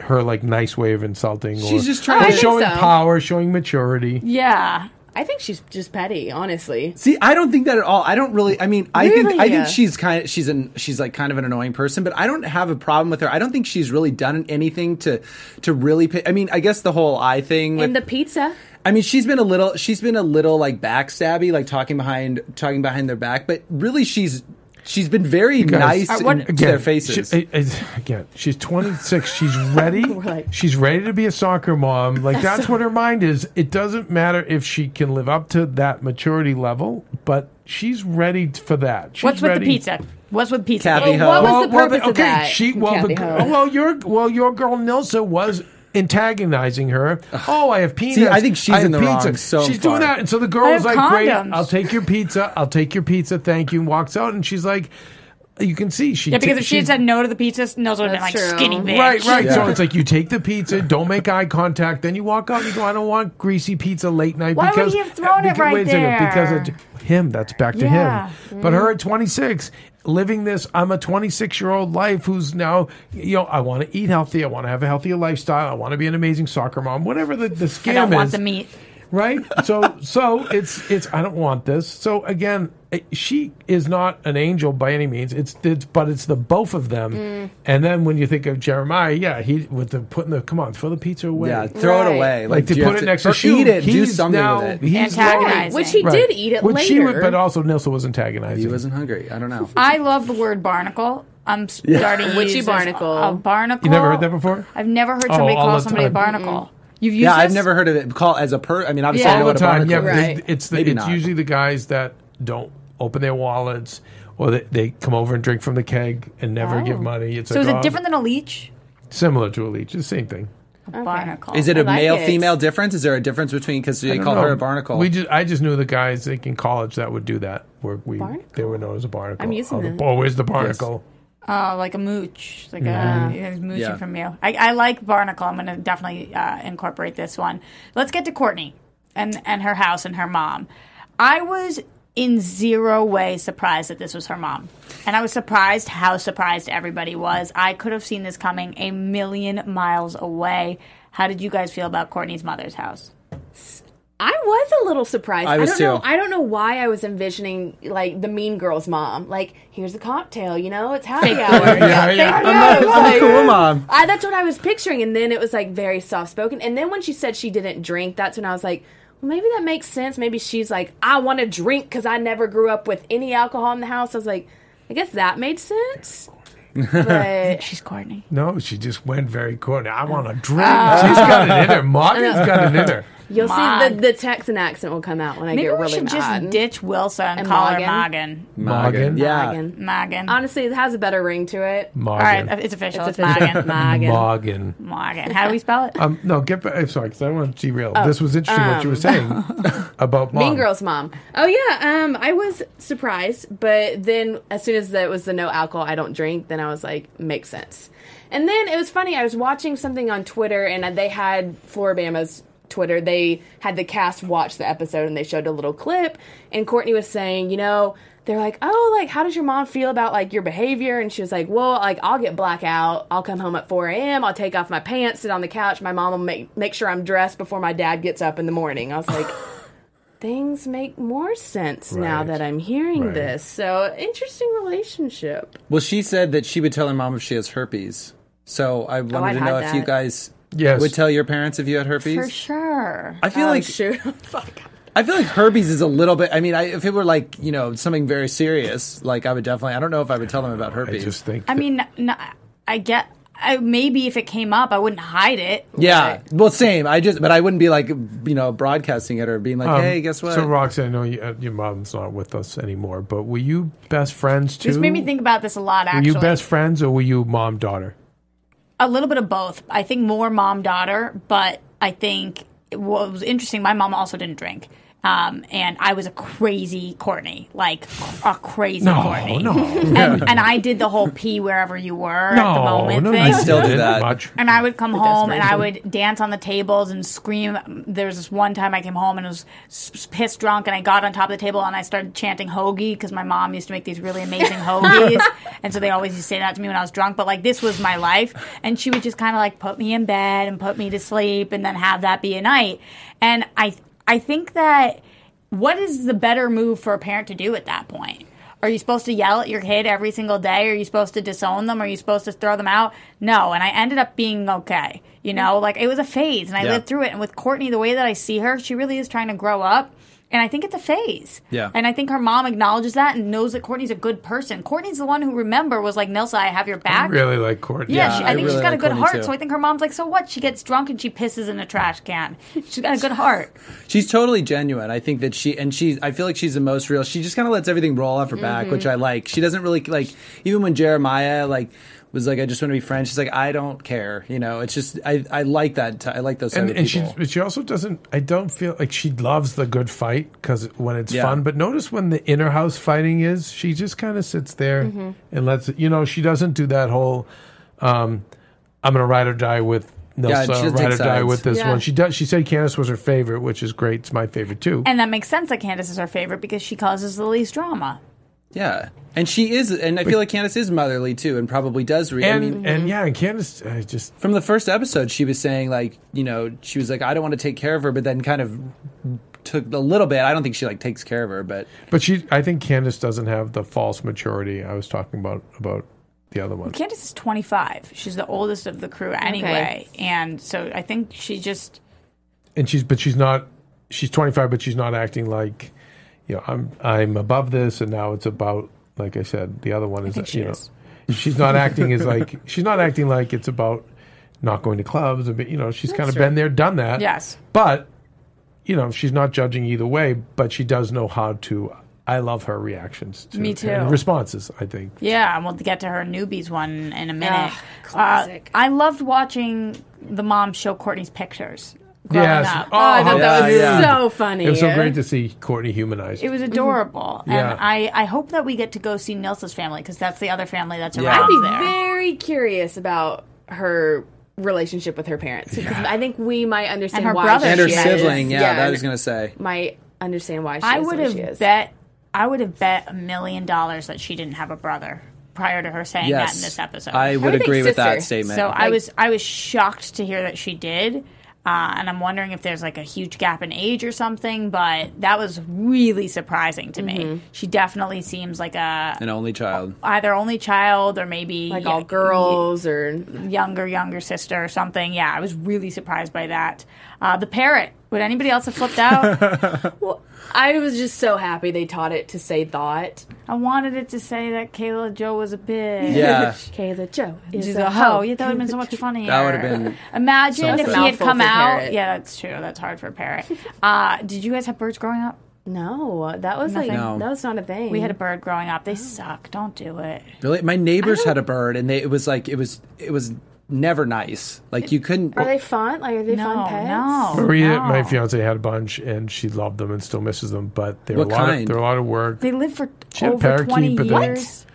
her like nice way of insulting. She's or, just trying or to- I think showing so. power, showing maturity. yeah. I think she's just petty, honestly. See, I don't think that at all. I don't really. I mean, I Really? think I Yeah. think she's kind of she's an she's like kind of an annoying person, but I don't have a problem with her. I don't think she's really done anything to to really. Pay, I mean, I guess the whole eye thing. With, And the pizza. I mean, she's been a little she's been a little like backstabby, like talking behind talking behind their back, but really she's she's been very nice Guys, in- what- to their faces. She, I- I- again, she's 26. She's ready. like- she's ready to be a soccer mom. Like that's what her mind is. It doesn't matter if she can live up to that maturity level, but she's ready for that. She's What's with the ready- pizza? What's with pizza? Oh, Kathy Well, Ho. what was Well, the well, purpose of okay, that? She well, Kathy the, Ho? well, your well, your girl Nilsa was antagonizing her. Oh, I have peanuts. I think she's have in the pizza. wrong so she's far. doing that, and so the I girl's have like, "Great, condoms." I'll take your pizza. I'll take your pizza. Thank you." And walks out, and she's like, "You can see she Yeah, because if she she's had said no to the pizza, Nils would have been like That's true. skinny bitch. Right, right. So Yeah. it's like you take the pizza, don't make eye contact, then you walk out and you go, I don't want greasy pizza late night Why would because he have thrown it because- right wait a second, because there? it, him, that's back to Yeah. him. But her at twenty six, living this I'm a twenty six year old life who's now you know, I want to eat healthy, I want to have a healthier lifestyle, I want to be an amazing soccer mom, whatever the, the scam I don't is want the meat. right? So so it's it's I don't want this. So again, it, she is not an angel by any means. It's it's but it's the both of them. And then when you think of Jeremiah, yeah, he with the putting the come on, throw the pizza away. yeah, throw Right. it away. Like to you put have it next to or shoe. Eat it. Do He's something now, with it. He's Antagonizing. Which he Right. did eat it Which later. she was, but also Nilsa was antagonizing. He wasn't hungry. I don't know. I love the word barnacle. I'm starting to Witchy use this- uh, barnacle. A barnacle. You never heard that before? I've never heard Oh, somebody all call the somebody a time. barnacle. You've used yeah, I've this? never heard of it called as a per. I mean, obviously, I Yeah. know all the what a time. Yeah, barnacle but is. they- Right. it's the, Maybe it's not. usually the guys that don't open their wallets or they, they come over and drink from the keg and never give money. It's So like, is oh, it different than a leech? similar to a leech? It's the same thing. Barnacle. Is it a like male it. female difference? Is there a difference between because they I call don't her know. a barnacle? We just, I just knew the guys like in college that would do that. Where we they were known as a barnacle. I'm using oh, the- that. Oh, where's the barnacle? Oh, like a mooch, like a yeah, he's mooching Yeah. from you. I, I like Barnacle. I'm going to definitely uh, incorporate this one. Let's get to Courtney and and her house and her mom. I was in zero way surprised that this was her mom, and I was surprised how surprised everybody was. I could have seen this coming a million miles away. How did you guys feel about Courtney's mother's house? I was a little surprised. I I, was don't know. too. I don't know why I was envisioning like the Mean Girls mom. Like, here's a cocktail. You know, it's happy hour. Yeah, yeah. Thank I'm God. I'm It was like- cool mom. I, that's what I was picturing, and then it was like very soft spoken. And then when she said she didn't drink, that's when I was like, well, maybe that makes sense. Maybe she's like, I want to drink because I never grew up with any alcohol in the house. I was like, I guess that made sense. But She's Courtney. No, she just went very corny. I want a drink. She's got it in her. Morgan's got it in her. you'll see Mom. the, the Texan accent will come out when I Maybe get we really should mad. just ditch Wilson and, And call her Morgan. Morgan. Morgan. Yeah. Morgan. Morgan. Honestly, it has a better ring to it. All right, Morgan. it's official. It's, It's Morgan. official. Morgan. Morgan. Morgan. How do we spell it? Um, no, get back. I'm sorry, because I want to derail. real. this was interesting what you were saying about mom. Mean Girls mom. Oh yeah, um, I was surprised, but then as soon as that was the no alcohol, I don't drink. Then I was like, makes sense. And then it was funny. I was watching something on Twitter, and they had Floribama's Twitter, they had the cast watch the episode and they showed a little clip. And Courtney was saying, you know, they're like, oh, like, how does your mom feel about like your behavior? And she was like, well, like, I'll get blackout. I'll come home at 4 a.m. I'll take off my pants, sit on the couch. My mom will make, make sure I'm dressed before my dad gets up in the morning. I was like, things make more sense now Right. that I'm hearing Right. this. So, interesting relationship. Well, she said that she would tell her mom if she has herpes. So I wanted Oh, I've to know had if you that. guys Yes. would tell your parents if you had herpes. For sure. I feel Oh, like shoot. I feel like herpes is a little bit. I mean, I, if it were like you know something very serious, like I would definitely. I don't know if I would tell them about I herpes. just think. I mean, n- I get. I, maybe if it came up, I wouldn't hide it. yeah, well, same. I just, but I wouldn't be like you know broadcasting it or being like, Um, hey, guess what? So, Roxanne, I know you, uh, your mom's not with us anymore, but were you best friends too? This made me think about this a lot. Were Actually, you best friends or were you mom daughter? a little bit of both. I think more mom daughter, but I think what was interesting. My mom also didn't drink. Um, and I was a crazy Courtney, like a crazy No, Courtney. no. and, and I did the whole pee wherever you were at the moment no, thing. you I still do didn't that. Much. And I would come home and I would dance on the tables and scream. There was this one time I came home and was s- s- pissed drunk and I got on top of the table and I started chanting hoagie because my mom used to make these really amazing hoagies. and so they always used to say that to me when I was drunk. But like this was my life. And she would just kind of like put me in bed and put me to sleep and then have that be a night. And I, I think that what is the better move for a parent to do at that point? Are you supposed to yell at your kid every single day? Are you supposed to disown them? Are you supposed to throw them out? No. And I ended up being okay. You know, like it was a phase and I Mm-hmm. Yeah. lived through it. And with Courtney, the way that I see her, she really is trying to grow up. And I think it's a phase. Yeah. And I think her mom acknowledges that and knows that Courtney's a good person. Courtney's the one who remember was like, Nilsa, I have your back. Really like Courtney. Yeah, Oh, Yeah, she, I I think she's really got like a good Courtney, heart. too. So I think her mom's like, so what? She gets drunk and she pisses in a trash can. She's got a good heart. She's totally genuine. I think that she and she. I feel like she's the most real. She just kind of lets everything roll off her back, Mm-hmm. which I like. She doesn't really like. Even when Jeremiah like was like, I just want to be friends. She's like, I don't care. You know, it's just I. I like that. T- I like those type and, of and she people. but she also doesn't i don't feel like she loves the good fight because when it's Yeah. fun but notice when the inner house fighting is she just kind of sits there Mm-hmm. and lets it you know she doesn't do that whole um, i'm gonna ride or die with Nilsa, Yeah, she doesn't ride or take die sides. with this Yeah. one she does she said Candace was her favorite which is great it's my favorite too And that makes sense that Candace is her favorite because she causes the least drama. Yeah, and she is, and I feel like Candace is motherly too, and probably does read. I and, mean, mm-hmm. and yeah and Candace uh, just from the first episode, she was saying like, you know, she was like, I don't want to take care of her, but then kind of took a little bit. I don't think she like takes care of her, but but she i think Candace doesn't have the false maturity i was talking about about the other one Candace is 25. She's the oldest of the crew anyway. And so I think she just. and she's but she's not she's 25 but she's not acting like you know i'm i'm above this and now it's about like i said the other one is think she you know is. she's not acting as like she's not acting like it's about not going to clubs and be- you know she's kind of been there done that Yes. but you know she's not judging either way but she does know how to i love her reactions to Me too. and responses i think Yeah, and we'll get to her newbies one in a minute. Ugh, classic. Uh, I loved watching the mom show Courtney's pictures. Growing yes Up. oh, I thought that was yeah. so funny. it was so great to see courtney humanized It was adorable, Yeah. and I, I hope that we get to go see Nilsa's family because that's the other family that's Yeah. around I'd I'd be there. very curious about her relationship with her parents. 'cause I think we might understand And her why brother. she and her is- sibling. Yeah, that I and was gonna say. might understand why she I is would the way she have is. bet I would have bet a million dollars that she didn't have a brother prior to her saying that Yes, in this episode. I would would think agree with that sister. statement. So I was I was shocked to hear that she did. Uh, and I'm wondering if there's like a huge gap in age or something, but that was really surprising to me. Mm-hmm. She definitely seems like a an only child. either only child or maybe like y- all girls or younger younger sister or something. Yeah, I was really surprised by that. Uh, the parrot. Would anybody else have flipped out? I was just so happy they taught it to say thought. I wanted it to say that Kayla Joe was a bitch. Yeah. Kayla Joe is She's a a hoe. hoe. Yeah, that would have been so much funnier. That would've been Imagine something. if he had Mouthful come for out. parrot. Yeah, that's true. That's hard for a parrot. Uh, did you guys have birds growing up? No, that was like No. that was not a thing. We had a bird growing up. They suck. Don't do it. Really, my neighbors had a bird, and they, it was like it was it was never nice. Like you couldn't. Are they fun? Like are they No, fun pets? no. Maria, no. my fiance, had a bunch, and she loved them and still misses them. But they're What a lot. kind? Of, they're a lot of work. They live for had over parakeet, twenty but they- years.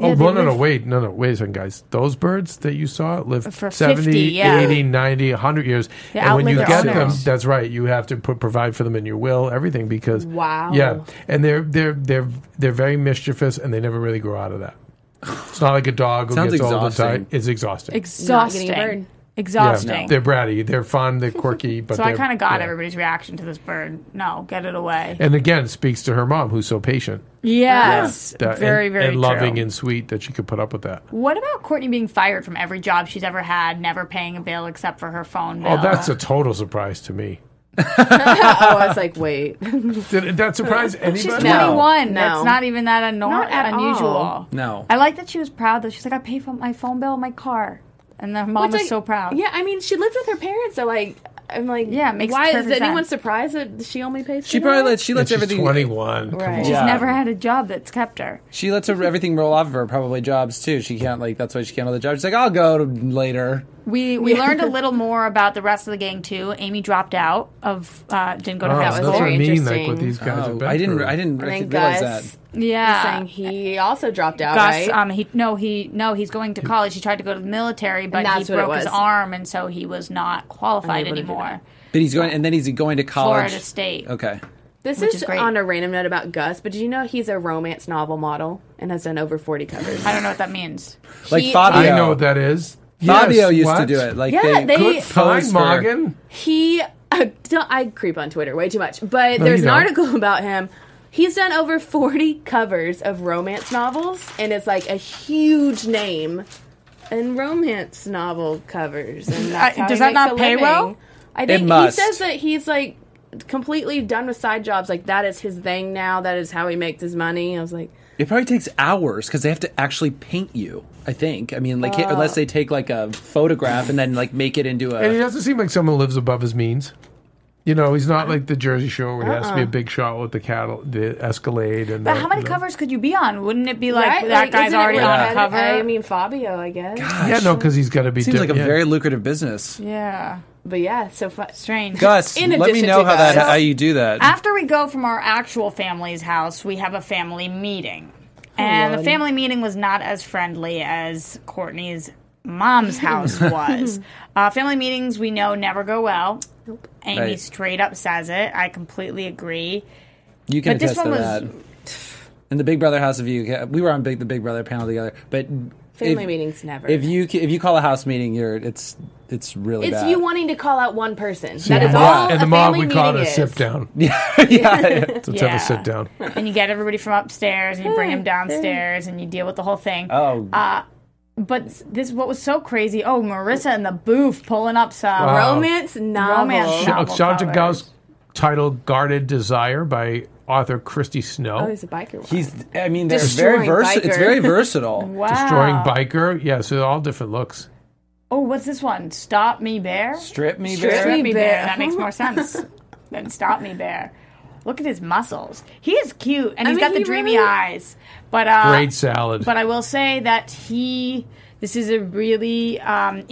Oh, Yeah, they well, no, no, live- wait, no, no, wait a second, guys. Those birds that you saw live For 70, 50, yeah. 80, 90, 100 years. They and when you outlive get their them, owners. that's right. You have to put provide for them in your will, everything because Wow. Yeah. And they're they're they're they're very mischievous and they never really grow out of that. It's not like a dog who Sounds gets old and exhausting. tired. It's exhausting. Not getting a bird. Exhausting. Yeah. Exhausting. They're bratty, they're fun, they're quirky, but So I they're- kind of got yeah. everybody's reaction to this bird. No, get it away. And again, it speaks to her mom who's so patient. Yes, that- very, and, very and true. loving and sweet that she could put up with that. what about Courtney being fired from every job she's ever had, never paying a bill except for her phone bill? Oh, that's a total surprise to me. Oh, I was like, wait. Did that surprise anybody? She's No. 21. No. That's not even that anno- Not at unusual. all. No. I like that she was proud though. She's like, I pay for my phone bill, and my car, and the mom Which was I- so proud. Yeah, I mean, she lived with her parents, so like, I'm like, Yeah, it makes why is perfect anyone sense. surprised that she only pays? She for probably that? lets she And lets she's everything 21. Come Right. on. she's Yeah. never had a job that's kept her. She lets her, everything roll off of her. Probably jobs too. She can't like that's why she can't do the job. She's like, I'll go later. We we learned a little more about the rest of the gang too. Amy dropped out of uh, didn't go to Oh, house that's was what I very mean. Like interesting. what these guys have Oh, been I didn't through. I didn't And then Gus realize that. Yeah, saying he also dropped out, Gus. right? Um, he no, he no, he's going to college. He tried to go to the military, but he that's what it broke his was. arm, and so he was not qualified Unable to do that. anymore. But he's going and then he's going to college. Florida State. Okay. this which is, is great. on a random note about Gus, but did you know he's a romance novel model and has done over 40 covers? I don't know what that means. Like He- Fabio. I know what that is. Fabio Yes, used to what? do it. Like Yeah, they, they- could Fine, pose for- Morgan. He, uh, don't- I creep on Twitter way too much, but there's you don't. an article about him. He's done over 40 covers of romance novels and is like a huge name in romance novel covers. And that's I- how does he that makes not a pay living. well? I think must. he says that he's like completely done with side jobs. Like that is his thing now. That is how he makes his money. I was like, It probably takes hours because they have to actually paint you. I think. I mean, like unless they take like a photograph and then like make it into And he a. doesn't seem like someone who lives above his means. You know, he's not like the Jersey Shore where he has to be a big shot with the cattle, the Escalade, and. Uh-uh. But the, how many you know. covers could you be on? Wouldn't it be like right? that Like, guy's isn't it already on a repetitive? cover? I mean, Fabio, I guess. Yeah, no, because he's got to be. Seems like doing- a yeah. very lucrative business. yeah, But yeah, so fa- strange. Gus, In let me addition know to how that Gus. how you do that. After we go from our actual family's house, we have a family meeting. Oh, And the family meeting was not as friendly as Courtney's mom's house was. uh, family meetings, we know, never go well. Amy Right. straight up says it. I completely agree. You can But this attest to one that. was- In the Big Brother house, if you ca- we were on Big the Big Brother panel together, but family if, meetings never. If you ca- if you call a house meeting, you're it's it's really It's bad. you wanting to call out one person. Yeah. That is Yeah. all. In a the mob, family we call it meeting a is. sit down. yeah, yeah. Let's have Yeah. a sit down. And you get everybody from upstairs and you bring them downstairs and you deal with the whole thing. Oh, But this what was so crazy. Oh, Marissa in the booth pulling up some. Romance novel. Romance Shout- Novel Shout out to covers. Gauss, titled "Guarded Desire" by author Christy Snow. Oh, he's a biker. One. he's. I mean, they're very Destroying versatile. It's biker. very versatile. Wow. Destroying Ah. biker, yeah. So all different looks. Ah. Oh, what's this one? Stop Me Bear? Strip me, Strip me, bare. bear. bear. That makes more sense than stop me bear. Look at his muscles. He is cute, and I he's mean, got the he dreamy really- eyes. But uh, Great salad. But I will say that he. This is a really um,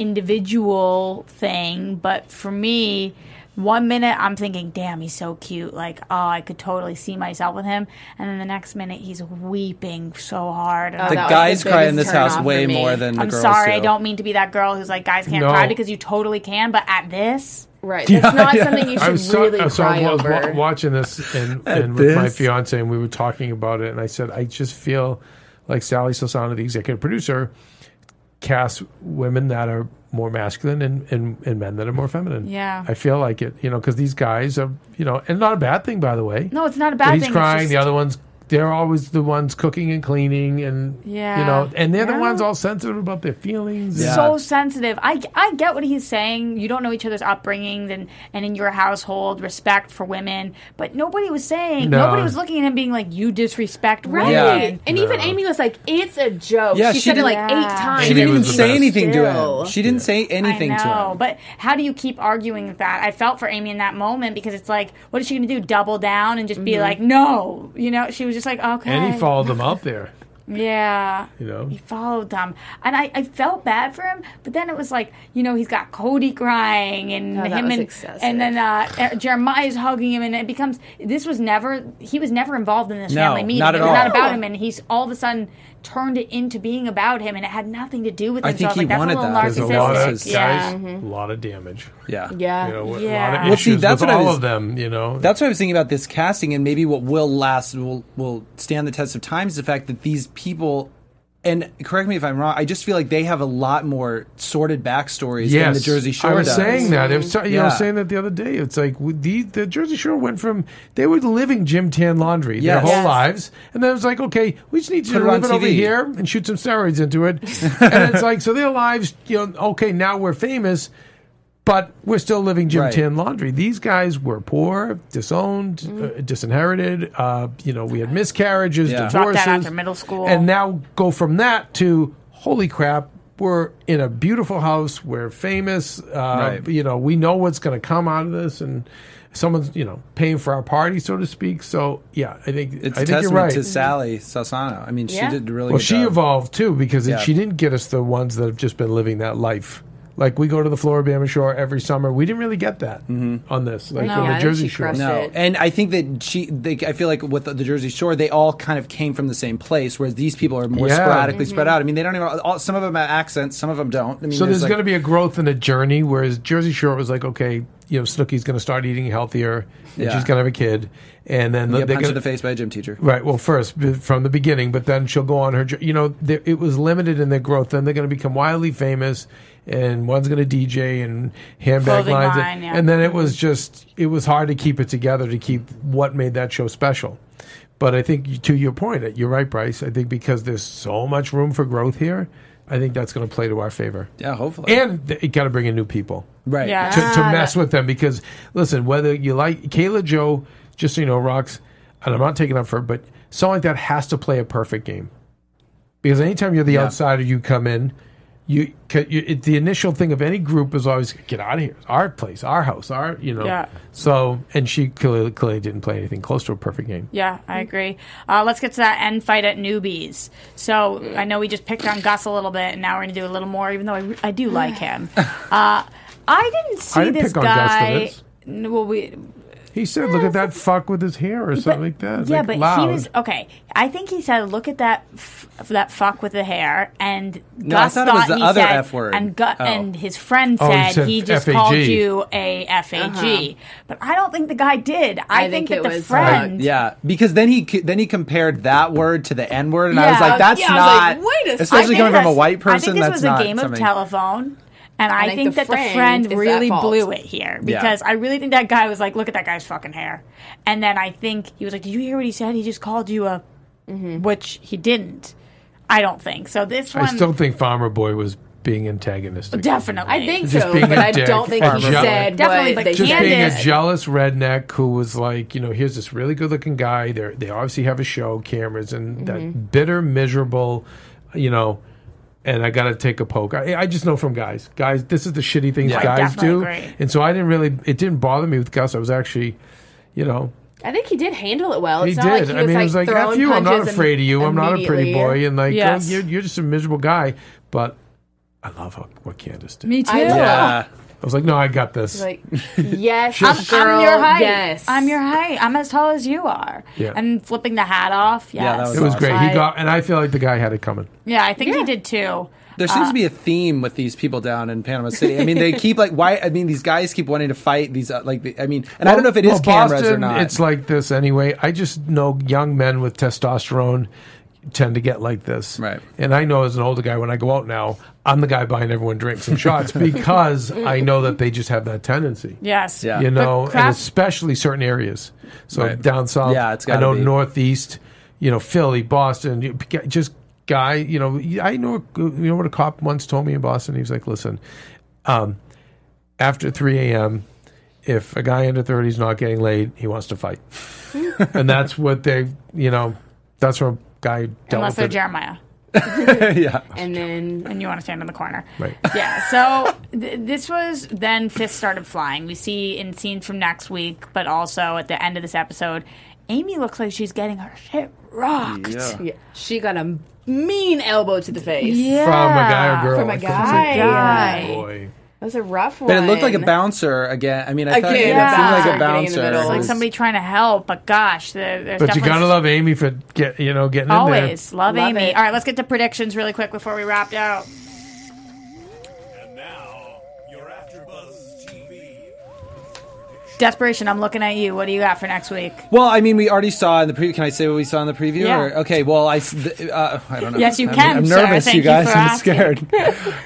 individual thing, but for me, one minute I'm thinking, "Damn, he's so cute! Like, oh, I could totally see myself with him." And then the next minute, he's weeping so hard. And I'm The like, that was guys the cry in biggest this house turn-off for way me. more than the I'm girls sorry, do. I don't mean to be that girl who's like, guys can't No. cry because you totally can, but at this, right. That's not something you I should was so, really I was so cry I was wa- over. watching this and, and with my this? fiance, and we were talking about it, and I said, I just feel like Sally Sosana, the executive producer, casts women that are more masculine and, and, and men that are more feminine. Yeah. I feel like it, you know, because these guys are, you know, and not a bad thing, by the way. no, it's not a But bad he's thing. it's crying, just- the other one's. They're always the ones cooking and cleaning, and you Yeah. know, and they're the Yeah. ones all sensitive about their feelings. Yeah. so sensitive. I, I get what he's saying. You don't know each other's upbringings and, and in your household, respect for women. But nobody was saying, No. nobody was looking at him being like, you disrespect Right. women. Yeah. And even Amy was like, "It's a joke." Yeah, she, she said it like didn't- eight times. She Amy didn't even was the say best. anything to Still. him. She didn't say anything I to know, him. But how do you keep arguing with that? I felt for Amy in that moment because it's like, what Mm-hmm. is she going to do? Double down and just be like, no. You know, she was just like, okay. and he followed them out there. Yeah. You know? He followed them. And I, I felt bad for him, but then it was like, you know, he's got Cody crying and Oh, that him was and excessive. and then uh, Er- Jeremiah's hugging him and it becomes this was never he was never involved in this No, family meeting. not it at was not all. about him and he's all of a sudden turned it into being about him and it had nothing to do with him. I think so I was he like, that's wanted a little that. There's a narcissistic. lot of guys, Narcissistic. Yeah. Mm-hmm. a lot of damage. Yeah. Yeah. You know, a lot Yeah. of Well, issues see, that's with what I all was- of them. You know, That's what I was thinking about this casting, and maybe what will last will will stand the test of time is the fact that these people. And correct me if I'm wrong. I just feel like they have a lot more sordid backstories than the Jersey Shore I was does. saying that. It was, you know, I was Yeah. saying that the other day. It's like we- the the Jersey Shore went from they were living gym tan laundry their Yes. whole Yes. lives, and then it was like, okay, we just need you Put to it on live it over TV. here and shoot some steroids into it, and it's like so their lives, you know, okay, now we're famous. But we're still living gym Right. tan laundry. These guys were poor, disowned, uh, disinherited. Uh, you know, we had miscarriages, Yeah. divorces. Dropped out after middle school. and now go from that to holy crap we're in a beautiful house we're famous uh, Right. you know we know what's going to come out of this and someone's you know paying for our party so to speak so yeah i think It's i a think testament you're right to Sally Sasano. I mean, Yeah. she did a really well good she job. evolved too because Yeah. it, she didn't get us the ones that have just been living that life like we go to the Floribama Shore every summer. We didn't really get that Mm-hmm. on this, like No, on I the think Jersey she Shore. crushed No, it. and I think that she. They, I feel like with the, Jersey Shore, they all kind of came from the same place, whereas these people are more Yeah. sporadically Mm-hmm. spread out. I mean, they don't even. All, some of them have accents, some of them don't. I mean, So there's like- going to be a growth and a journey. Whereas Jersey Shore was like, okay, you know, Snooki's going to start eating healthier, and Yeah. she's going to have a kid, and then you get they're punched in gonna- the face by a gym teacher. Right. Well, first b- from the beginning, but then she'll go on her. jour- You know, there- it was limited in their growth. Then they're going to become wildly famous, and one's going to DJ and handbag Clothing lines, line, and, yeah. and then it was just it was hard to keep it together to keep what made that show special. But I think you- to your point, you're right, Bryce. I think because there's so much room for growth here, I think that's going to play to our favor. Yeah, hopefully. And th- it got to bring in new people right. Yeah. to, to mess with them because listen, whether you like Kayla Joe, just so you know, rocks, and I'm not taking up for her, but someone like that has to play a perfect game because anytime you're the outsider, you come in. You, c- you it, the initial thing of any group is always get out of here. It's our place, our house, our you know. Yeah. So and she clearly, clearly didn't play anything close to a perfect game. Yeah, I agree. Uh, let's get to that end fight at newbies. So I know we just picked on Gus a little bit, and now we're going to do a little more, even though I, re- I do like him. Uh, I didn't see I didn't this pick on Gus for guy. this. N- Well, we, He said, "Look at that fuck with his hair" or something like that. yeah, like, but loud. he was okay. I think he said, "Look at that, f- that fuck with the hair." And I Gus thought it was thought the he other said, F word. and Gu- Oh. and his friend Oh, he said said he just FAG. called you a fag. Uh-huh. But I don't think the guy did. I, I think that it the was, uh, friend. Yeah, because then he c- then he compared that word to the N word, and I Yeah. was like, "That's Yeah, I not." was like, wait a especially I second. think coming from a this- white I person. think this that's was not a game something- of telephone. And I, think, think the that the friend friend is at really fault. blew it here Yeah. because I really think that guy was like, "Look at that guy's fucking hair," and then I think he was like, "Did you hear what he said? He just called you a," Mm-hmm. which he didn't. I don't think so. This one I still think Farmer Boy was being antagonistic. definitely. I think Just so, being but a I dick don't think farmer. he said Definitely, what but they just Yeah, said. being Candace- a jealous redneck who was like, you know, here's this really good looking guy. They they obviously have a show, cameras, and Mm-hmm. that bitter, miserable, you know. And I got to take a poke. I, I just know from guys. Guys, this is the shitty things Yeah. I guys do. definitely agree. And so I didn't really. It didn't bother me with Gus. I was actually, you know, I think he did handle it well. he It's did. not like he was I mean, like, it was like, throwing "F you! I'm not punches afraid of you. I'm not a pretty immediately. boy." And like, Yes. oh, you're, you're just a miserable guy. But I love what, what Candace did. Me too. I know. Yeah, I was like, no, I got this. Like, yes, I'm, girl, I'm your height. Yes, I'm your height. I'm as tall as you are. Yeah. And flipping the hat off. Yes. Yeah, that it was awesome. great. I- He got, and I feel like the guy had it coming. Yeah, I think he did too. there seems to be a theme with these people down in Panama City. I mean, they keep like why? I mean, these guys keep wanting to fight these. Uh, like, the, I mean, and I don't know if it is Well, cameras Boston, or not. It's like this anyway. I just know young men with testosterone tend to get like this. Right. And I know as an older guy, when I go out now, I'm the guy buying everyone drinks and shots because I know that they just have that tendency. Yes. Yeah. You know, But crap- and especially certain areas. So Right. down south, Yeah, it's I gotta know be. northeast, you know, Philly, Boston, you- just guy, you know, I know, you know what a cop once told me in Boston? He was like, listen, um, after 3 a.m., if a guy under 30 is not getting laid, he wants to fight. and that's what they, you know, that's what a guy dealt Unless with. they're it. Jeremiah. yeah. and then and you want to stand in the corner. Right. Yeah. So th- this was then fists started flying. We see in scenes from next week, but also at the end of this episode, Amy looks like she's getting her shit rocked. Yeah. yeah, she got a mean elbow to the face. Yeah. From a guy or girl. From a I think it's oh, guy. Guy. boy. That was a rough one. But it looked like a bouncer again. I mean, I thought Again, yeah, it seemed like a bouncer getting in the bouncer. middle. It's like Yes. somebody trying to help, but gosh, there, there's But you definitely gotta love Amy for get you know getting always love, Love Amy. it. All right, let's get to predictions really quick before we wrap out. And now, your AfterBuzz TV. Desperation, I'm looking at you. What do you got for next week? Well, I mean, we already saw in the preview. Can I say what we saw in the preview? Yeah. Or, okay. Well, I s- th- uh, I don't know. Yes, you I'm, can, I'm sir. nervous, Thank you you guys. for I'm asking. scared.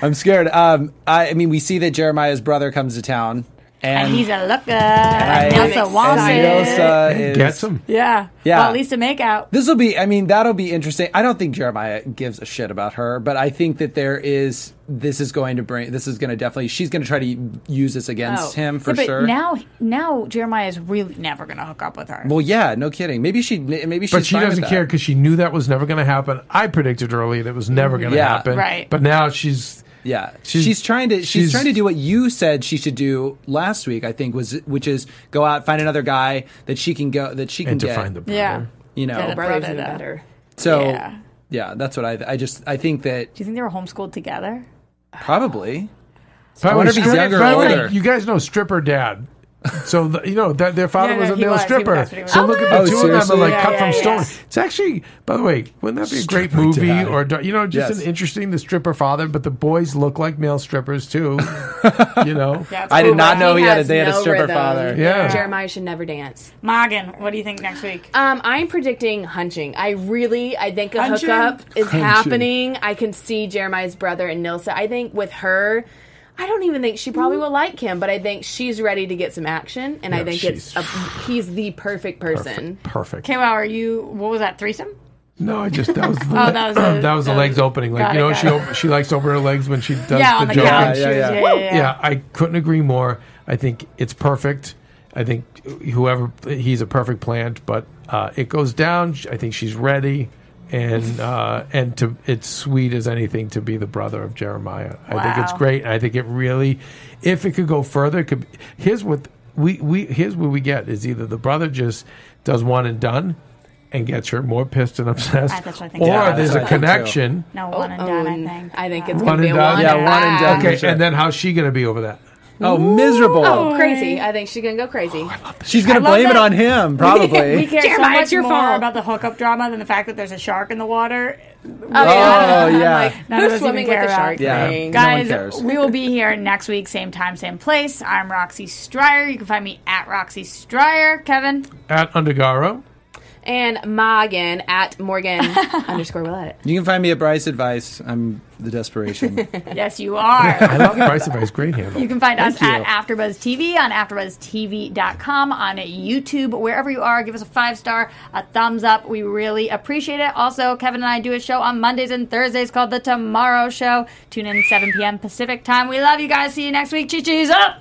I'm scared. Um, I, I mean, we see that Jeremiah's brother comes to town, and, And he's a looker. I- and Nilsa wants and it. Nilsa there. is- Get some. Yeah. Yeah. Well, at least a make out. This will be. I mean, that'll be interesting. I don't think Jeremiah gives a shit about her, but I think that there is. This is going to bring. This is going to definitely. She's going to try to use this Oh. against him for Oh. Yeah, but sure. Now, now Jeremiah is really never going to hook up with her. well, yeah, no kidding. Maybe she. Maybe she's But she fine with doesn't that. care because she knew that was never going to happen. I predicted early that it was never going to Yeah. happen. Right. But now she's Yeah, She's- she's, trying to she's, she's- trying to do what you said she should do last week. I think was which is go out find another guy that she can go that she can and to get. find the brother. yeah. you know. Yeah. brother's Brother, even though. better. so Yeah. yeah. that's what I I just I think that Do you think they were homeschooled together? probably Probably wonder if he's stripper- younger or probably- older. You guys know stripper dad. So the, you know that their father No, no, was a he male was, he stripper. was, he was. So Oh, look at wow. the two Oh, of them are seriously? like Yeah, cut yeah, from yeah. stone. It's actually, by the way, wouldn't that be a great Stripper movie dad. or do- you know just Yes. an interesting the stripper father? But the boys look like male strippers too. you know, I did not Right. know he, had a, has they had a no stripper rhythm. father. Yeah. Jeremiah should never dance. Morgan, what do you think next week? Um, I'm predicting hunching. I really, I think a Hunching? hookup is Hunching. happening. I can see Jeremiah's brother and Nilsa. I think with her, I don't even think she probably will like him, but I think she's ready to get some action, and Yeah, I think it's a, she's- he's the perfect person. perfect. Okay, wow, are you, what was that, threesome? No, I just that was the, Oh, that was the- that was the that legs was- opening. Like got you it, know, got she it. op- she likes to open her legs when she does yeah, on the the joking. couch. Yeah, yeah, She yeah. was- yeah, yeah, yeah. yeah, I couldn't agree more. I think it's perfect. I think whoever he's a perfect plant, but uh, it goes down. I think she's ready, and uh, and to it's sweet as anything to be the brother of Jeremiah. I think it's Wow. great. I think it really, if it could go further, it could. Here's what we we here's what we get is either the brother just does one and done. And gets her more pissed and obsessed, I- Ah, that's what I think or too. Yeah, there's that's a what I think too. connection. No, one and done, Oh, I think. Uh, I think it's One going to be a and done? one. Yeah, and one and done. done. Okay, sure. and then how's she going to be over that? Oh, miserable! Oh, crazy! I think she's going to go crazy. She's gonna I love blame it that- on him, probably. We care Jeremiah, it's so your much more fault. about the hookup drama than the fact that there's a shark in the water. oh I'm yeah, like, None of us even who's swimming with care a about- shark Yeah. thing? No one Guys, cares. we will be here next week, same time, same place. I'm Roxy Stryer. You can find me at Roxy Stryer. Kevin, At Undergaro, And Morgan at Morgan underscore Willette. you can find me at Bryce Advice. I'm the desperation. yes, you are. I love Price of Ice. Great handle. You can find us Thank at you. AfterBuzz TV on AfterBuzzTV.com on YouTube, wherever you are. Give us a five star, a thumbs up. We really appreciate it. Also, Kevin and I do a show on Mondays and Thursdays called The Tomorrow Show. Tune in 7 p.m. Pacific time. We love you guys. See you next week. Chee chee's up.